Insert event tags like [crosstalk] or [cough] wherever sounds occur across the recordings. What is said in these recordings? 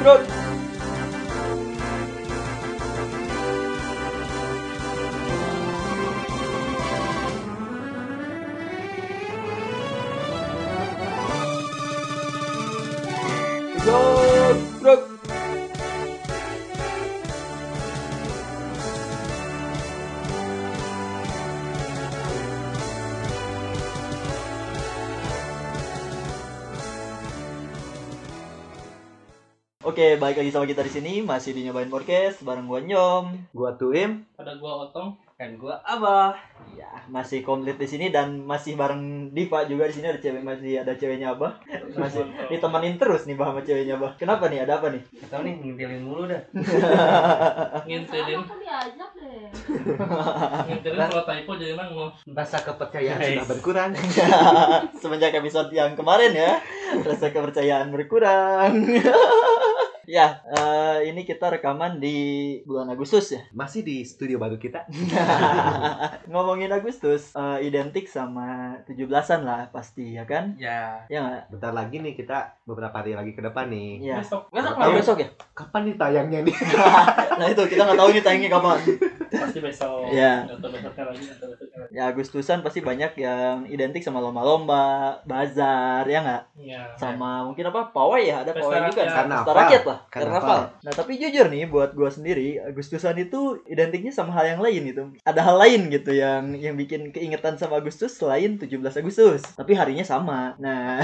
Bro. Bro, bro. Oke, balik lagi sama kita di sini masih di nyobain podcast bareng gua Nyom, gua Tuim, Pada gua otong. Dan Kan gua Abah. ya masih komplit di sini dan masih bareng Diva juga di sini ada cewek masih ada ceweknya Abah masih ditemenin terus nih Bah sama ceweknya Abah. Kenapa nih? Ada apa nih? [laughs] Gak tau nih ngintilin mulu dah. Ngintilin, Aku diajak deh. [laughs] ngintilin kalau typo jadi nanggung. Rasa Iya, kepercayaan Guys. sudah berkurang. Semenjak episode yang kemarin ya, rasa kepercayaan berkurang. [laughs] ya, eh, ini kita rekaman di bulan Agustus ya. Masih di studio baru kita. Ngomongin Agustus eh, identik sama 17-an lah pasti ya kan? Ya. Ya nggak? Bentar lagi nih kita beberapa hari lagi ke depan nih. Iya. Besok Besok Oh, lah. besok ya? Kapan nih tayangnya nih? [laughs] Nah itu kita nggak tahu nih tayangnya kapan. pasti besok. Iya. Atau besoknya lagi atau besoknya lagi. Ya Agustusan pasti banyak yang identik sama lomba-lomba, bazar ya nggak? Iya. sama mungkin apa pawai ya ada Pesta pawai juga rakyat. Karena pesta Karnaval. rakyat lah Karnaval. karnaval nah tapi jujur nih buat gua sendiri Agustusan itu identiknya sama hal yang lain itu ada hal lain gitu yang yang bikin keingetan sama Agustus selain 17 Agustus tapi harinya sama nah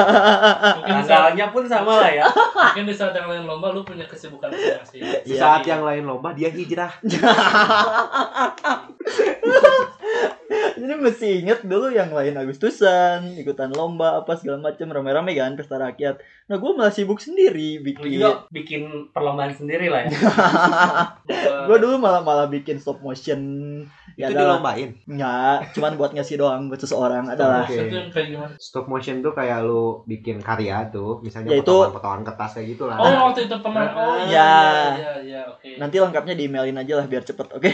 [laughs] Mungkin Ah. di saat, Tanggalnya pun sama lah ya. mungkin di saat yang lain lomba lu punya kesibukan masing-masing. Iya, Di saat ya. yang lain lomba dia hijrah. ini mesti inget dulu yang lain Agustusan ikutan lomba apa segala macam rame-rame kan pesta rakyat nah gua malah sibuk sendiri Lu bikin juga bikin perlombaan sendiri lah ya. gua dulu malah malah bikin stop motion ya Itu adalah dilombain. nggak cuman buat ngasih doang buat seseorang adalah Oke. Itu yang kayak gimana? Stop motion tuh kayak lu bikin karya tuh, misalnya Yaitu- potongan-potongan kertas kayak gitu lah. Oh, waktu itu pernah. Oh, Iya. iya. Iya, iya, oke. Nanti lengkapnya di emailin aja lah biar cepet, oke?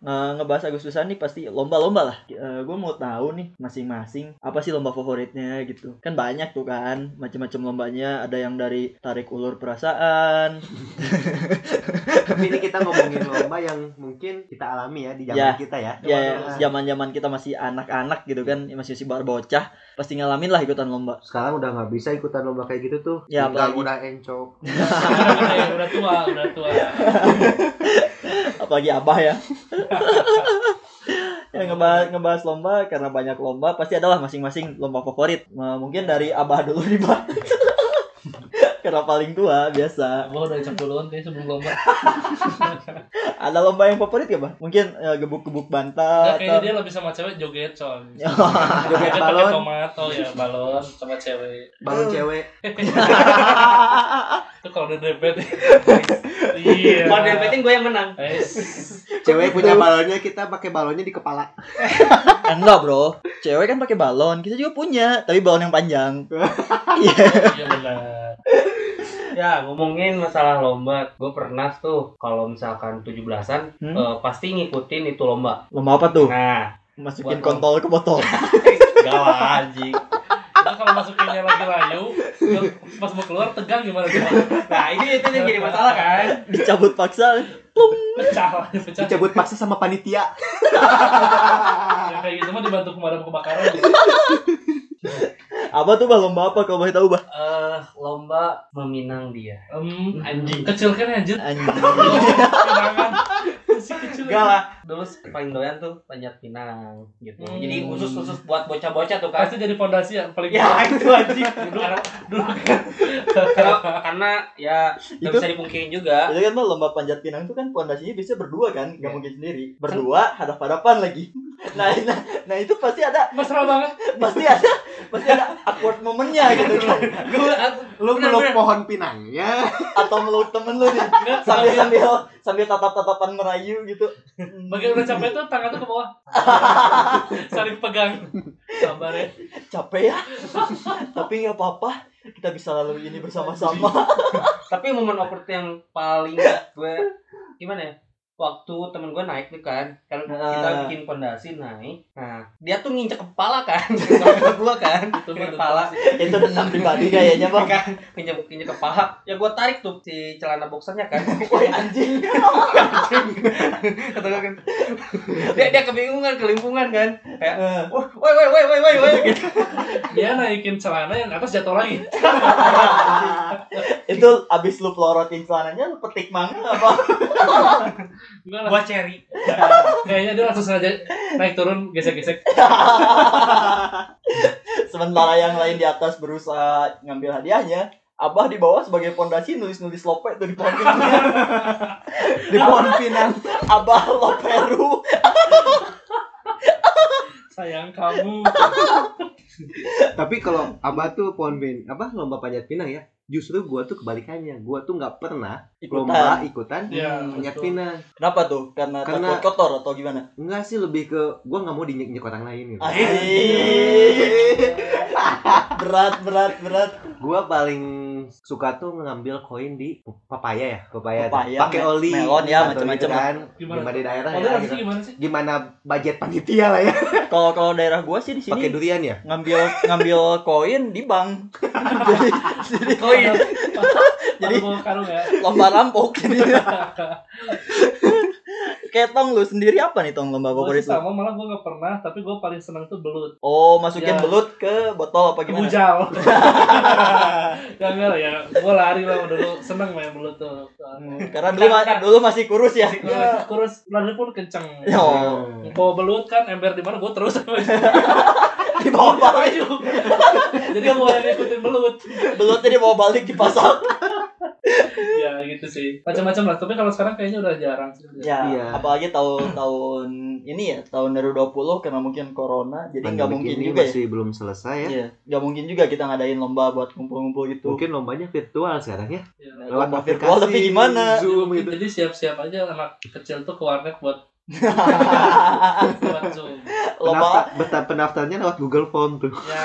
Eh, ngebahas Agustusan nih pasti lomba-lomba lah. gue mau tahu nih masing-masing apa sih lomba favoritnya gitu. Kan banyak tuh kan, macam-macam lombanya. Ada yang dari tarik ulur perasaan. Tapi ini kita ngomongin lomba yang mungkin kita alami ya di zaman Ya. kita ya. Ya zaman-zaman kita masih anak-anak gitu kan, masih masih bar bocah, pasti ngalamin lah ikutan lomba. Sekarang udah nggak bisa ikutan lomba kayak gitu tuh. Ya, Tinggal apalagi- udah encok. [laughs] Udah, udah tua, udah tua. Apalagi abah ya. Ya, ngebahas, ngebahas lomba karena banyak lomba pasti adalah masing-masing lomba favorit. Eh, mungkin dari abah dulu nih Bah. [laughs] karena paling tua biasa. Gua udah dicap duluan kayaknya sebelum lomba. Ada lomba yang favorit gak bah? Mungkin eh, gebuk-gebuk Nah, bantal kayaknya Ah, [laughs] atau dia lebih sama cewek joget coy. Joget Joget pakai balon, tomato ya, balon sama cewek. balon cewek. Itu kalau udah debet. [laughs] Iya. Kalau dia penting gue yang menang. Eh, Cewek Gitu. punya balonnya, kita pakai balonnya di kepala. Eh, enggak bro. Cewek kan pakai balon, kita juga punya, tapi balon yang panjang. Iya. iya benar. Ya ngomongin masalah lomba, gue pernah tuh kalau misalkan 17-an Hmm? eh, pasti ngikutin itu lomba. Lomba apa tuh? Nah, Masukin Buat kontol ke botol. [laughs] galah anjing. Nah, kalau masukinnya lagi layu, lu- pas mau keluar tegang gimana tuh? Nah, ini itu yang jadi masalah kan. Dicabut paksa. Pecah, pecah. Dicabut paksa sama panitia. [laughs] Ya, kayak gitu mah dibantu pemadam kebakaran. Apa tuh bah lomba apa kalau boleh tahu bah? Eh, lomba meminang dia. Em, Anjing. kecil kan anjir. Anjing. Kenangan. Si kecil. Enggak lah. Dulu paling doyan tuh panjat pinang gitu. Hmm. Jadi khusus-khusus buat bocah-bocah [laughs] tuh kan. Pasti jadi pondasi yang paling Ya itu anjing. Dulu, dulu. karena, karena ya nggak Itu- bisa dipungkirin juga. Itu kan mah lomba panjat pinang itu kan pondasinya bisa berdua kan, nggak Iya. mungkin sendiri. Berdua hadap-hadapan lagi. [laughs] Nah, nah, nah itu pasti ada, Mesra banget. pasti ada, pasti ada awkward momennya gitu kan. Gue Lu Bener, meluk bener. pohon pinangnya. Atau meluk temen lu nih Enggak, sambil sambil sambil sambil tatap-tatapan merayu gitu. bagian udah capek tuh tangan tuh ke bawah. Saling pegang. Sabar ya. Capek ya, tapi nggak apa-apa. Kita bisa lalu ini bersama-sama. tapi momen awkward yang paling gue gimana ya waktu temen gue naik tuh kan kalau Ah. kita bikin pondasi naik nah dia tuh nginjek kepala kan [laughs] sampai gua kan Itu mah Kepala. tetap- itu tentang pribadi kayaknya bang kan nginjek nginjek kepala ya gue tarik tuh si celana boxernya [laughs] kan woi anjing kata gua kan dia dia kebingungan kelimpungan kan kayak Eh, woi woi woi woi woi [laughs] woi gitu Dia naikin celana yang atas jatuh lagi. itu abis lu pelorotin celananya lu petik mangga apa Enggak lah. gua ceri Kayaknya dia langsung sengaja naik turun gesek-gesek. sementara yang lain di atas berusaha ngambil hadiahnya Abah di bawah sebagai pondasi nulis-nulis lope tuh di pohon pinang. di pohon pinang Abah loperu. Sayang kamu. Tapi kalau abah tuh pohon pin, apa lomba panjat pinang ya? Justru gua tuh kebalikannya, gua tuh nggak pernah lomba Ikutan. ikutan Ya, panjat betul. pinang. Kenapa tuh? Karena, Karena- takut kotor atau gimana? Enggak sih lebih ke gua nggak mau dinyek-nyek orang lain gitu. Ah. Asik. berat, berat, berat. Gua paling suka tuh ngambil koin di papaya ya, papaya. tuh. Papaya, Pakai me- oli. melon ya, atau macam-macam gitu kan. Gimana? Gimana di daerah Kalau ya? nasi gitu. gimana sih? Gimana budget panitia lah ya? Kalau kalau daerah gua sih di Pakai sini durian ya? ngambil ngambil koin di bank. jadi jadi Koin. Jadi Jadi- bawa karung ya. lomba rampok [laughs] ini. Ketong lu sendiri apa nih tong lomba Gua favorit sih lu? sama malah gua gak pernah, tapi gua paling senang tuh belut. Oh, masukin Ya. belut ke botol apa gimana? Bujal. Gak enggak lah ya. Gua lari lah dulu, seneng main belut tuh. Hmm, karena dulu ma- dulu masih kurus ya. Iya. Gua kurus lari pun kenceng. Ya, Oh, Hmm. Bawa belut kan ember di mana gua terus di bawah balik. maju. [laughs] Jadi gua yang ngikutin belut. Belutnya di bawah balik di pasar. ya gitu sih macam-macam lah tapi kalau sekarang kayaknya udah jarang sih udah. Ya, Iya. apalagi tahun-tahun ini ya, tahun 2020 karena mungkin corona, jadi nggak Pandemi mungkin ini juga ya. masih belum selesai ya. Iya, nggak mungkin juga kita ngadain lomba buat kumpul-kumpul gitu. Mungkin lombanya virtual sekarang ya. Ya. Lomba virtual tapi aplikasi, gimana? Zoom gitu. jadi siap-siap aja anak kecil tuh ke warnet buat buat zoom [laughs] lomba. Pendaftar, beta- pendaftarnya lewat Google Form tuh. ya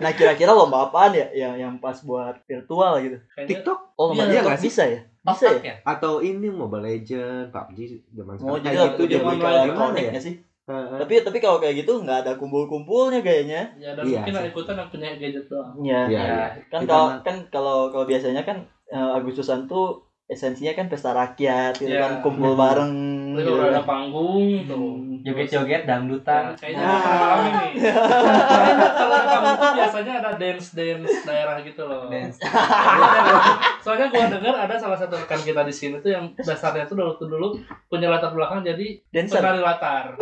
Nah, kira-kira lomba apaan ya? Ya, yang pas buat virtual gitu. kayaknya TikTok Oh, lomba Iya, TikTok nggak sih? bisa ya? Bisa Otak ya? ya atau ini Mobile Legend, PUBG zaman Mau sekarang jadi kayak gitu itu jadi jadi zaman kayak lain. gimana konek ya? nggak sih? Heeh. Tapi tapi kalau kayak gitu nggak ada kumpul-kumpulnya kayaknya. ya dan Iya, mungkin sih. yang ikutan yang punya gadget doang Iya. Ya, Iya, iya. kan Di kalau mana? kan kalau kalau biasanya kan eh, Agustusan tuh esensinya kan pesta rakyat gitu Iya. kan kumpul Hmm. bareng Tapi gitu kalau udah kan. ada panggung tuh joget-joget Ya, dangdutan kayaknya Ah. kita alami nih Karena kalau di panggung tuh biasanya ada dance dance daerah gitu loh Dance. soalnya gua dengar ada salah satu rekan kita di sini tuh yang dasarnya tuh dulu dulu punya latar belakang jadi dancer penari latar.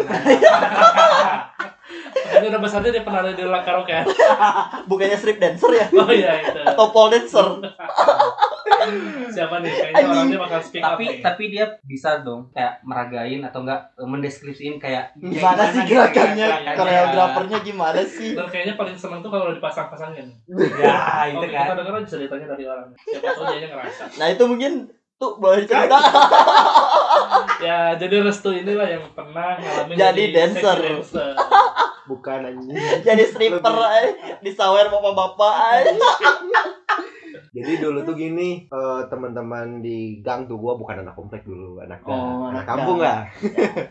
Ini udah besarnya dia penari di la karaoke. bukannya strip dancer ya Oh iya itu. atau pole dancer Siapa nih? Kayaknya Anjing. orangnya bakal speak up Ya. tapi nih. tapi dia bisa dong kayak meragain atau enggak eh, mendeskripsiin kayak gimana sih gitu, gerakannya gerakannya. koreografernya gimana sih Dan kayaknya paling seneng tuh kalau dipasang-pasangin. [laughs] ya itu Oke, kan kita dengar aja ceritanya dari orang. Siapa tahu dia ngerasa. nah itu mungkin tuh boleh cerita Ya, jadi Restu inilah yang pernah ngalamin Jadi sexy dancer. dancer. bukan anjing. [laughs] jadi stripper eh. disawer bapak-bapak eh. Jadi dulu tuh gini, eh, teman-teman di gang tuh gua bukan anak komplek dulu, anak Oh, anak anak kampung gang. lah.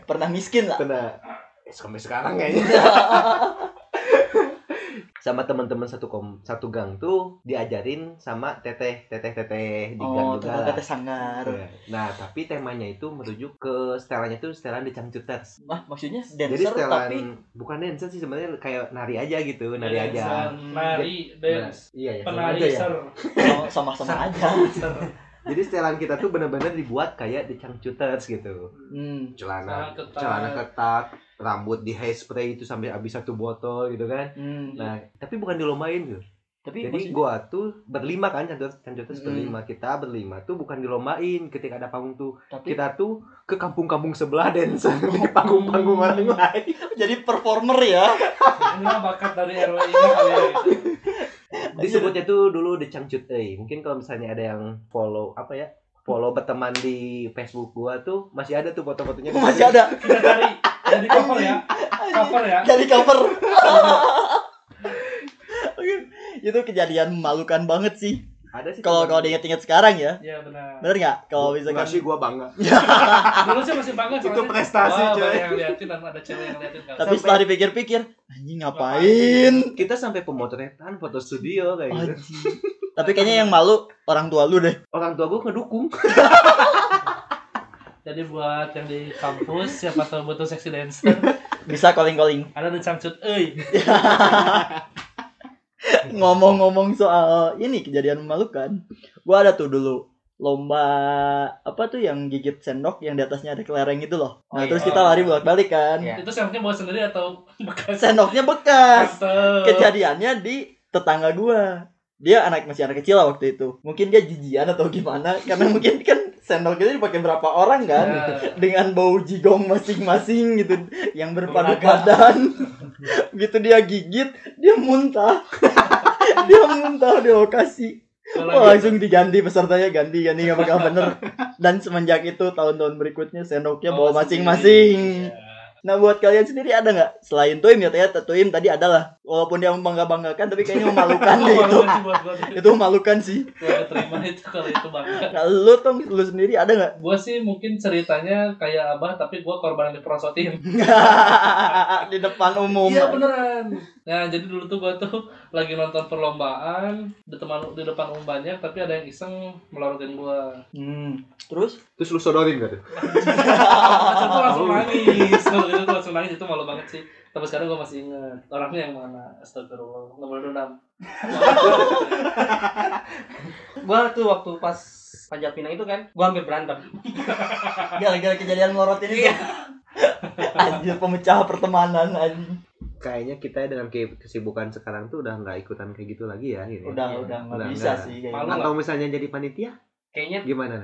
pernah miskin lah Kena eh, sampai sekarang [laughs] kayaknya. sama teman-teman satu kom satu gang tuh diajarin sama teteh teteh teteh di oh gang ternyata juga Iya. lah. teh sangar Nah, tapi temanya itu merujuk ke setelannya itu setelan di Cangcuters. mah maksudnya Jadi dancer setelan tapi Iya, bukan dancer sih sebenarnya kayak nari aja gitu, nari Dancer, aja. Nari, dance. Nah, iya ya. sama Penari, aja ya. ser. oh, sama-sama aja Ser. Jadi setelan kita tuh bener-bener dibuat kayak di Cangcuters gitu. hmm. Celana Celana ketat. celana ketat, rambut di hairspray itu sampai habis satu botol gitu kan. hmm. Nah, tapi bukan dilombain tuh. tapi Jadi maksudnya- gua tuh berlima kan Cangcuters, Mm. Cangcuters berlima. Kita berlima tuh bukan dilombain ketika ada panggung tuh tapi kita tuh ke kampung-kampung sebelah dan [laughs] di panggung-panggung [laughs] Iya. orang lain jadi performer ya Ini mah bakat dari RW ini kali ya. disebutnya tuh dulu The Changcut Euy. mungkin kalau misalnya ada yang follow apa ya follow berteman di Facebook gua tuh masih ada tuh foto-fotonya masih ada Kita dari dari cover ya. Cover ya. jadi cover itu kejadian memalukan banget sih ada sih Kalau kalau diinget-inget sekarang ya, Iya benar. bener nggak? Kalau Enggak misalkan sih gua bangga. Dulu sih masih bangga Itu soalnya, prestasi, wah, coy. banyak yang liatin dan ada cewek yang liatin kan. kalau. tapi setelah dipikir-pikir, anjing ngapain? kita sampai pemotretan foto studio kayak gitu Anjing. Tapi kayaknya yang malu orang tua lu deh. orang tua gue ngedukung Jadi buat yang di kampus siapa tahu butuh seksi dancer, Bisa calling-calling. ada di cangcut euy. Ngomong-ngomong soal ini kejadian memalukan. Gua ada tuh dulu lomba apa tuh yang gigit sendok yang di atasnya ada kelereng itu loh. Oh, Nah, iya. terus kita lari bolak-balik kan. Iya. Itu sendoknya bawa sendiri atau bekas? Sendoknya bekas. Mantep. kejadiannya di tetangga gua dia anak masih anak kecil lah waktu itu mungkin dia jijian atau gimana karena [laughs] mungkin kan sendok itu dipakai berapa orang kan Ya. dengan bau jigong masing-masing gitu yang berpadu Beragam. padan [laughs] gitu dia gigit dia muntah [laughs] dia muntah di lokasi Kalau Wah, gitu, langsung diganti pesertanya ganti ganti nggak bakal [laughs] bener dan semenjak itu tahun-tahun berikutnya sendoknya bawa bawa Oh, sendiri. masing-masing Iya. Nah buat kalian sendiri ada nggak selain Tuim ya ternyata Tuim tadi ada lah walaupun dia membangga banggakan tapi kayaknya memalukan Iya, Wah, deh itu banget sih Iya, buat gua. itu memalukan sih. Gua terima itu kalau itu bangga. Nah, lu tuh lu sendiri ada [laughs] nggak? Gue sih mungkin ceritanya kayak abah tapi gue korban yang diperosotin. Iya. di depan umum. Iya beneran. Nah jadi dulu tuh gua tuh lagi nonton perlombaan di teman di depan umum banyak tapi ada yang iseng melorotin gua. Hmm, Terus? Terus lu sodorin gak tuh? Pas itu Oh. langsung nangis. Kalau itu langsung nangis itu malu banget sih. Tapi sekarang gua masih ingat orangnya yang mana. Astagfirullah. Nomor 6. Gua tuh waktu pas panjat pinang itu kan, gua hampir berantem. Gara-gara kejadian melorot ini tuh. Iya. Anjir pemecah pertemanan anjing. kayaknya kita dengan ke- kesibukan sekarang tuh udah nggak ikutan kayak gitu lagi ya ini. Udah Iya. udah nggak Udah, bisa nggak. sih kayaknya. Malu. atau misalnya jadi panitia Kayaknya gimana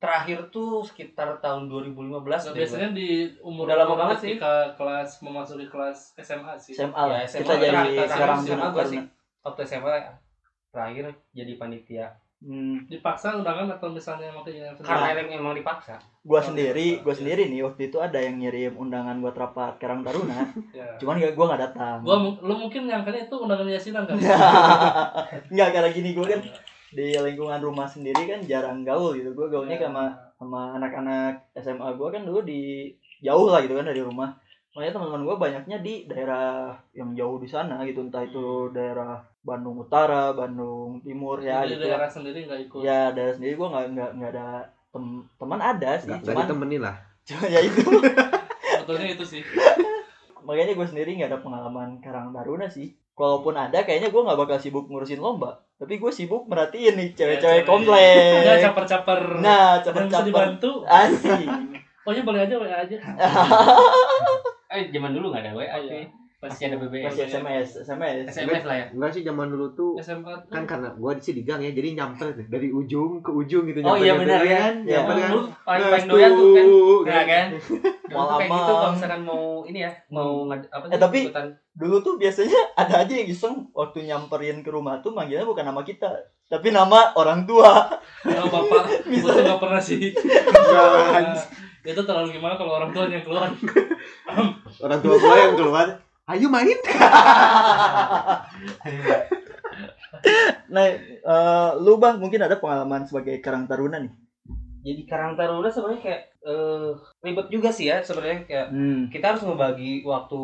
terakhir tuh sekitar tahun 2015 Nah, deh biasanya di umur Udah lama banget sih. ketika kelas memasuki kelas SMA sih. SMA gua. lah. ya, SMA Kita jadi terakhir- terakhir sekarang SMA dulu gua sih. karena. Waktu SMA terakhir jadi panitia. Hmm. Dipaksa undangan atau misalnya waktu yang Karena emang, emang dipaksa. Gua Oh, sendiri, gua iya. sendiri nih waktu itu ada yang ngirim undangan buat rapat Karang Taruna, Ya. cuman gak, gua nggak datang. Gua mu- lu mungkin nyangkanya itu undangan yasinan [laughs] kan? [laughs] Enggak karena gini gue kan di lingkungan rumah sendiri kan jarang gaul gitu. Gue gaulnya Iya. sama sama anak-anak SMA gue kan dulu di jauh lah gitu kan dari rumah. Makanya teman-teman gue banyaknya di daerah yang jauh di sana gitu, entah itu daerah Bandung Utara, Bandung Timur ya Jadi gitu. daerah sendiri nggak ikut. Ya daerah sendiri gue nggak nggak nggak ada tem- teman ada sih, nggak nggak cuman ditemenin lah [laughs] cuma ya itu. Sebetulnya itu sih. Makanya gue sendiri nggak ada pengalaman Karang Taruna sih. Kalaupun ada, kayaknya gue nggak bakal sibuk ngurusin lomba. Tapi gue sibuk merhatiin nih Iya, cewek-cewek cewek. Ya komplek. caper-caper. Eh. Nah, Yang bisa caper-caper. dibantu. Asik. Oh ya boleh aja, boleh [laughs] aja. Eh zaman dulu nggak ada WA cuy. Iya. Masih ada BBM. Masih SMS, SMS. SMS lah ya. enggak sih zaman dulu tuh SMA tuh. kan karena gua sih di gang ya jadi nyamper deh dari ujung ke ujung gitu Oh iya benar ya. kan Iya, Ya, nyamper [laughs] kan lu paling Nah, paling doyan tuh kan. tuh, Nah [laughs] kan. Dulu tuh kayak Malamang. gitu kalau misalkan mau ini ya, mau ngad- apa sih? Eh, tapi- ikutan. Dulu tuh biasanya ada aja yang iseng waktu nyamperin ke rumah tuh manggilnya bukan nama kita, tapi nama orang tua. Nah, [laughs] bapak, gue tuh nggak pernah sih. Jangan. [laughs] Nah, itu terlalu gimana kalau orang tua yang keluar. orang tua gua yang keluar ayo main Nah, eh, lu bah mungkin ada pengalaman sebagai karang taruna nih. Jadi Karang Taruna sebenarnya kayak eh, ribet juga sih ya sebenarnya kayak Hmm. kita harus ngebagi waktu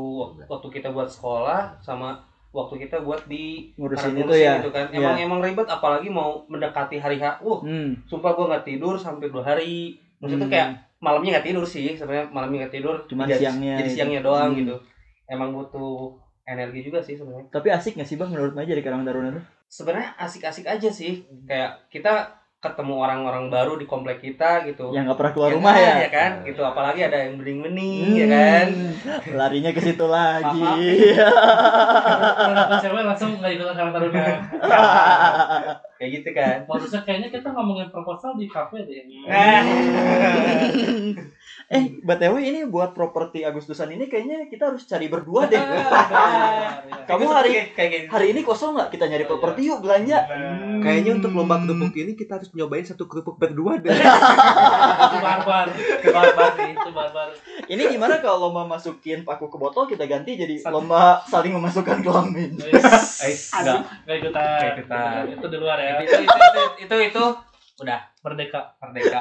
waktu kita buat sekolah sama waktu kita buat di Ngurusin karena itu ya. ngurusin kan emang emang ribet apalagi mau mendekati hari H uh Hmm. sumpah gua nggak tidur sampai dua hari maksudnya Hmm. kayak malamnya nggak tidur sih sebenarnya malamnya nggak tidur Cuman jadi- siangnya jadi gitu. siangnya doang Hmm. gitu emang butuh energi juga sih sebenarnya Tapi asik gak sih bah menurut Maya jadi karang taruna tuh? sebenarnya asik-asik aja sih kayak kita ketemu orang-orang baru di komplek kita gitu Yang nggak pernah keluar rumah kan, ya? ya kan gitu apalagi ada yang bening-bening Hmm. ya [laughs] kan Larinya ke situ lagi. Kenapa cewek langsung nggak ikutan sama taruna? kayak gitu kan Eh. Harusnya kayaknya kita ngomongin proposal di kafe deh. Nah. [laughs] Eh, BTW ini buat properti Agustusan ini kayaknya kita harus cari berdua [laughs] deh. Iya, Kamu gitu, hari- Hari ini kosong nggak kita nyari properti yuk belanja. Kayaknya untuk lomba kerupuk ini kita harus nyobain satu kerupuk berdua deh. itu barbar itu barbar sih itu barbar Ini gimana kalau lomba masukin paku ke botol kita ganti jadi Satu. lomba saling memasukkan kelamin. Eh, Guys, enggak. nggak ikutan Nggak ikutan. itu di luar ya Itu, itu, itu, itu, itu, merdeka merdeka.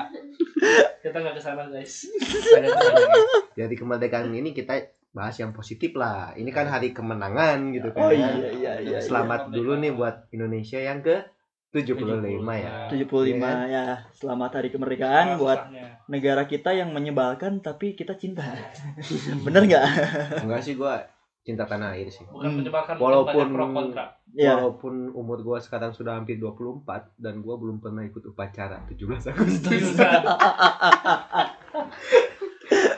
kita nggak kesana guys Ada di sana. Dari Ya, kemerdekaan ini kita bahas yang positif lah. Ini kan hari kemenangan gitu Iya. Oh kan. iya iya iya. iya. Selamat dulu nih buat Indonesia yang ke 75 ya. 75 Iya kan? ya. Selamat hari kemerdekaan buat Susahnya. negara kita yang menyebalkan tapi kita cinta. [laughs] Bener nggak? Enggak sih gua cinta tanah air sih. bukan Hmm. menyebalkan Walaupun- banyak pro [laughs] kontra Ya. Iya. Walaupun umur gua sekarang sudah hampir 24 dan gua belum pernah ikut upacara 17 Agustus. Seriusan.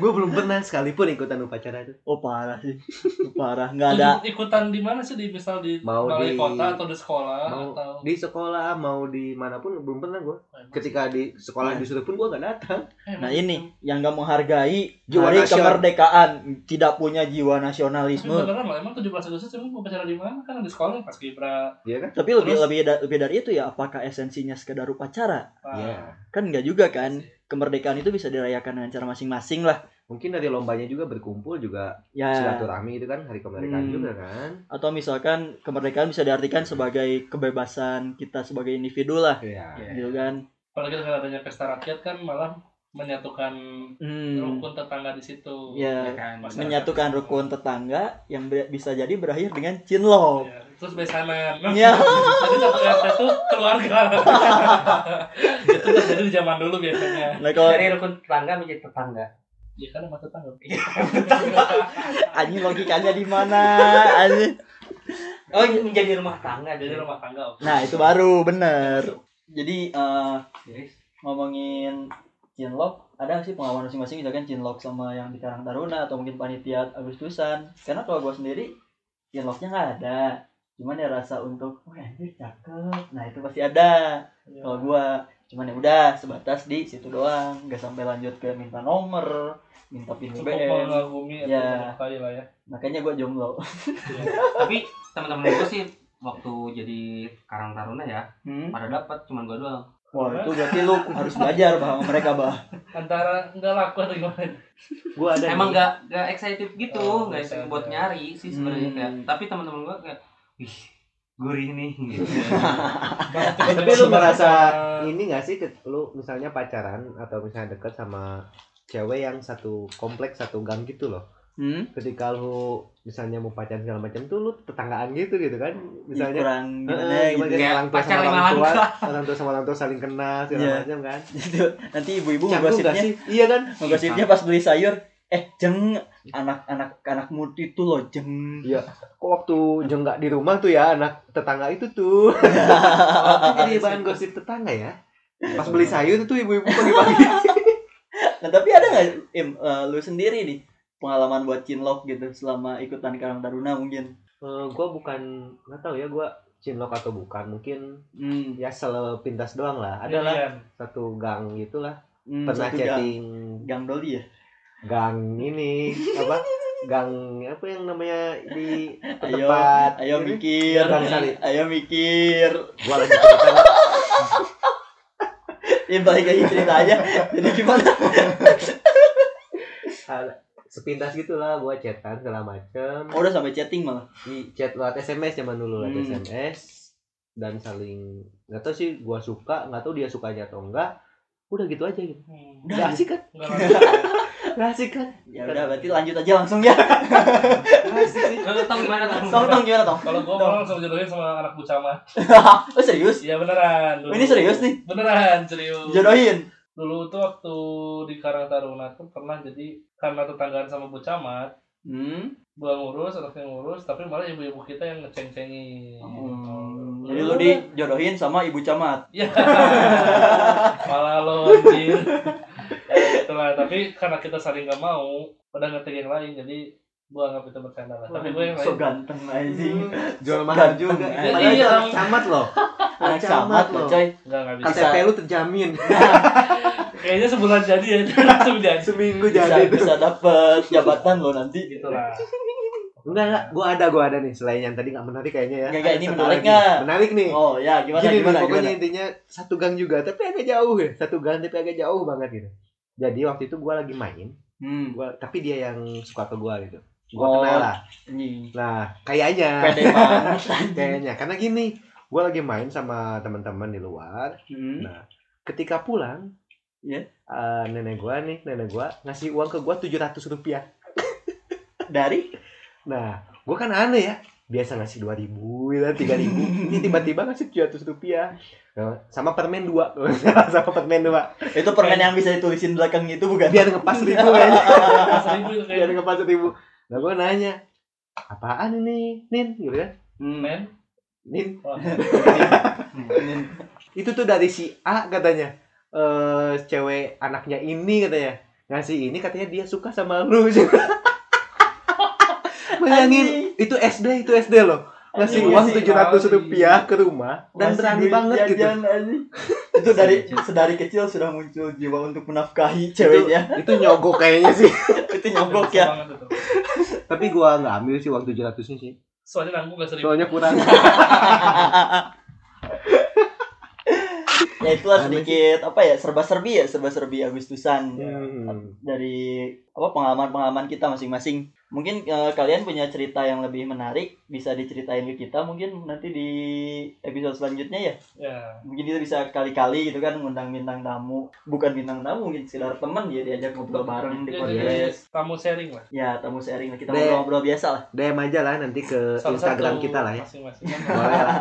gua belum pernah sekalipun ikutan upacara itu. Oh parah sih. [laughs] Parah nggak ada. ikutan di mana sih di misal di Mau balai di- kota atau di sekolah mau- atau Di sekolah mau di manapun belum pernah gua. Ketika di sekolah disuruh pun gua nggak datang. Eh, Nah ini yang nggak menghargai Jiwa hari nasional. kemerdekaan, tidak punya jiwa Tapi nasionalisme. beneran lah, emang 17 Agustus emang upacara di mana? Kan di sekolah pas Gibra. Iya kan? Tapi lebih Terus? lebih da- lebih dari itu ya, apakah esensinya sekedar upacara? Nah, Iya. Kan nggak juga kan. Kemerdekaan itu bisa dirayakan dengan cara masing-masing lah. Mungkin dari lombanya juga berkumpul juga Ya. silaturahmi itu kan hari kemerdekaan Hmm. juga kan. Atau misalkan kemerdekaan bisa diartikan sebagai kebebasan kita sebagai individu lah, Iya. gitu kan. Apalagi dengan adanya pesta rakyat kan malah menyatukan Hmm. rukun tetangga di situ. Iya, Ya. Masyarakat. Menyatukan rukun tetangga yang ber- bisa jadi berakhir dengan cinlok. Ya, Terus besanan. Ya. Iya. Jadi satu RT itu keluarga. Itu terjadi di zaman dulu biasanya. Nah kalau Dari rukun tetangga menjadi tetangga. Ya kan sama tetangga. anjing logikanya di mana? Anjing. Oh, menjadi rumah tangga. Jadi rumah tangga. oke. Nah itu baru bener. Jadi eh, Serius. ngomongin Cinlok, ada nggak sih pengalaman masing-masing misalkan Cinlok sama yang di Karang Taruna atau mungkin panitia Agustusan? Karena kalau gue sendiri Cinloknya nggak ada. Cuman ya rasa untuk wah anjir cakep. Nah itu pasti ada. Ya. Kalau gue cuman ya udah sebatas di situ doang, nggak sampai lanjut ke minta nomor, minta pin Cukup BBM. mengagumi Ya. atau menyukai lah ya. Makanya gue jomblo. Tapi teman-teman gue sih waktu jadi Karang Taruna ya, Hmm? pada dapat cuman gue doang. Wah itu berarti lu harus belajar bahwa mereka bah. Antara enggak laku atau gimana? Gua ada Emang nih. gak gak excited gitu, Oh, nggak biasa excited aja. buat nyari sih sebenarnya Hmm. kayak. Tapi teman-teman gue kayak, wih gurih [laughs] nih. Gitu. Tapi lu merasa ini gak sih ke- lu misalnya pacaran atau misalnya deket sama cewek yang satu kompleks satu gang gitu loh Hmm? ketika lu misalnya mau pacaran segala macam tuh lu tetanggaan gitu gitu kan misalnya kurang gimana eh, gitu. gimana Kayak orang tua pacar sama lima orang tua langkah. orang tua sama orang tua saling kenal segala Iya. macam kan Gitu. Nanti ibu-ibu canggung gak gosipnya sih iya kan Ngegosipnya pas beli sayur, eh jeng anak-anak anak mudi itu loh jeng. Iya. kok waktu jenggak di rumah tuh ya anak tetangga itu [laughs] tuh Itu jadi bahan gosip tetangga ya pas beli sayur tuh ibu-ibu pagi-pagi Nah, tapi ada nggak Im, eh, lu sendiri nih pengalaman buat cinlok gitu selama ikutan Karang Taruna mungkin? Eh, gua bukan nggak tahu ya gua cinlok atau bukan mungkin Hmm. ya selepintas doang lah ada lah adalah satu gang gitulah Iya. hmm, pernah satu gang, chatting gang Doli ya. gang ini apa gang apa yang namanya di Ayo, tempat ayo ini? mikir, Gang Iya, Sari. ayo mikir. gua lagi cerita lah. [laughs] Im balik lagi cerita aja. Jadi [laughs] gimana? Ada- Ah, sepintas gitulah gua chatan segala macem Oh, udah sampai chatting malah. di chat lewat sms zaman dulu lewat Hmm. sms dan saling nggak tahu sih gua suka nggak tahu dia sukanya atau enggak udah gitu aja gitu hmm. Udah. nggak asik kan nggak asik kan Ya udah berarti lanjut aja langsung ya. Nggak asik sih Lu tau gimana Iya. tau? Tong tong gimana tong? [laughs] Kalau gua malah langsung jodohin sama anak bucama. Oh serius? Iya beneran. Oh, ini serius nih? Beneran serius. Jodohin. Dulu tuh waktu di Karang Taruna tuh pernah jadi karena tetanggaan sama bucamat, Hmm. gua ngurus, anaknya ngurus, tapi malah ibu-ibu kita yang Iya. ngeceng-cengin. Oh. Hmm. Jadi lu dijodohin sama ibu camat. Ya. [laughs] Malah lo anjir. Ya, gitu lah. Tapi karena kita saling gak mau, udah ngerti yang lain, jadi gue anggap itu bercanda lah. Tapi gue yang lain. so ganteng Hmm. anjing. jual mahal Ganteng, juga eh. padahal itu Iya. anak camat Kan loh Anak camat loh, coy. Enggak, enggak bisa. KTP lu terjamin Nggak Kayaknya sebulan jadi ya, [laughs] langsung jadi. Seminggu bisa jadi tuh. bisa dapet jabatan lo nanti Gitu lah. [laughs] Enggak, enggak. Gua ada, gua ada nih. Selain yang tadi nggak menarik kayaknya ya. Enggak, enggak, Ada ini satu menarik lagi. nggak? Menarik nih. oh ya gimana Gini nih, gimana pokoknya gimana intinya satu gang juga, tapi agak jauh ya. Satu gang tapi agak jauh banget gitu. Jadi waktu itu gua lagi main, hmm gua tapi dia yang suka ke gua gitu. Gua Oh. kenal lah. anjing Nah, kayaknya. pede banget anjing Kayaknya karena gini, gua lagi main sama teman-teman di luar. Hmm. Nah, ketika pulang, Iya. eh, nenek gua nih, nenek gua ngasih uang ke gua 700 rupiah. dari Nah, gue kan aneh ya. Biasa ngasih 2000 ribu, ya, tiga ribu. Ini tiba-tiba ngasih 700 rupiah. Nah, Sama permen dua. [laughs] sama permen dua. itu permen yang bisa ditulisin belakang itu bukan Biar ngepas ribu [laughs] kayaknya. Seribu itu Biar kayak ngepas ribu. Nah, gue nanya. Apaan ini, Nin? Gitu kan. Hmm. men. Nin, Wah, itu tuh dari si A katanya. Eh, cewek anaknya ini katanya. Ngasih ini katanya dia suka sama lu. [laughs] Bayangin, itu SD, itu SD loh. Ngasih Anjing, uang ngasih 700 tahu sih. rupiah ke rumah dan Masih berani duit banget gitu. jajan, anjing. itu dari sedari kecil sudah muncul jiwa untuk menafkahi ceweknya itu nyogok kayaknya sih itu nyogok nyogok ya banget itu. [laughs] tapi gua nggak ambil sih uang tujuh ratusnya sih Soalnya nanggung gak seribu. soalnya kurang [laughs] ya itulah Aneh sedikit apa ya serba serbi ya serba serbi Agustusan Hmm. dari apa pengalaman pengalaman kita masing-masing mungkin eh, kalian punya cerita yang lebih menarik bisa diceritain ke kita mungkin nanti di episode selanjutnya ya Ya. mungkin kita bisa kali-kali gitu kan ngundang bintang tamu bukan bintang tamu mungkin sekedar teman ya diajak ngobrol bareng di Jadi, podcast Tamu sharing lah. ya tamu sharing lah kita Deh. ngobrol-ngobrol biasa lah DM aja lah nanti ke Salah Instagram satu kita lah ya Masing-masing. boleh lah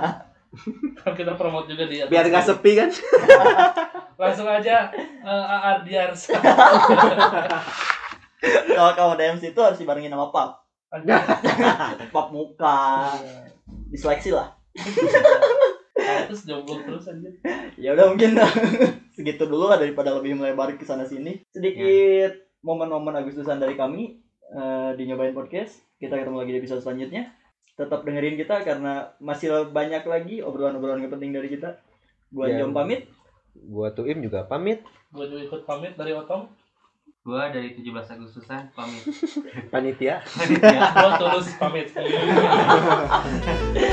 Kan kita promote juga di atas. biar nggak sepi kan Langsung aja eh, AR Diars. kalau kamu DM situ harus dibarengin sama pap [laughs] pap muka diseleksi lah Terus jomblo terus aja. ya udah mungkin [laughs] segitu dulu lah daripada lebih melebar ke sana sini sedikit momen-momen Agustusan dari kami eh, di nyobain podcast kita ketemu lagi di episode selanjutnya tetap dengerin kita karena masih banyak lagi obrolan-obrolan yang penting dari kita buat Ya. jom pamit gua tuim juga pamit Gue juga ikut pamit dari Otong. Gua dari 17 Agustusan [laughs] pamit. panitia Gue tulus pamit. kan?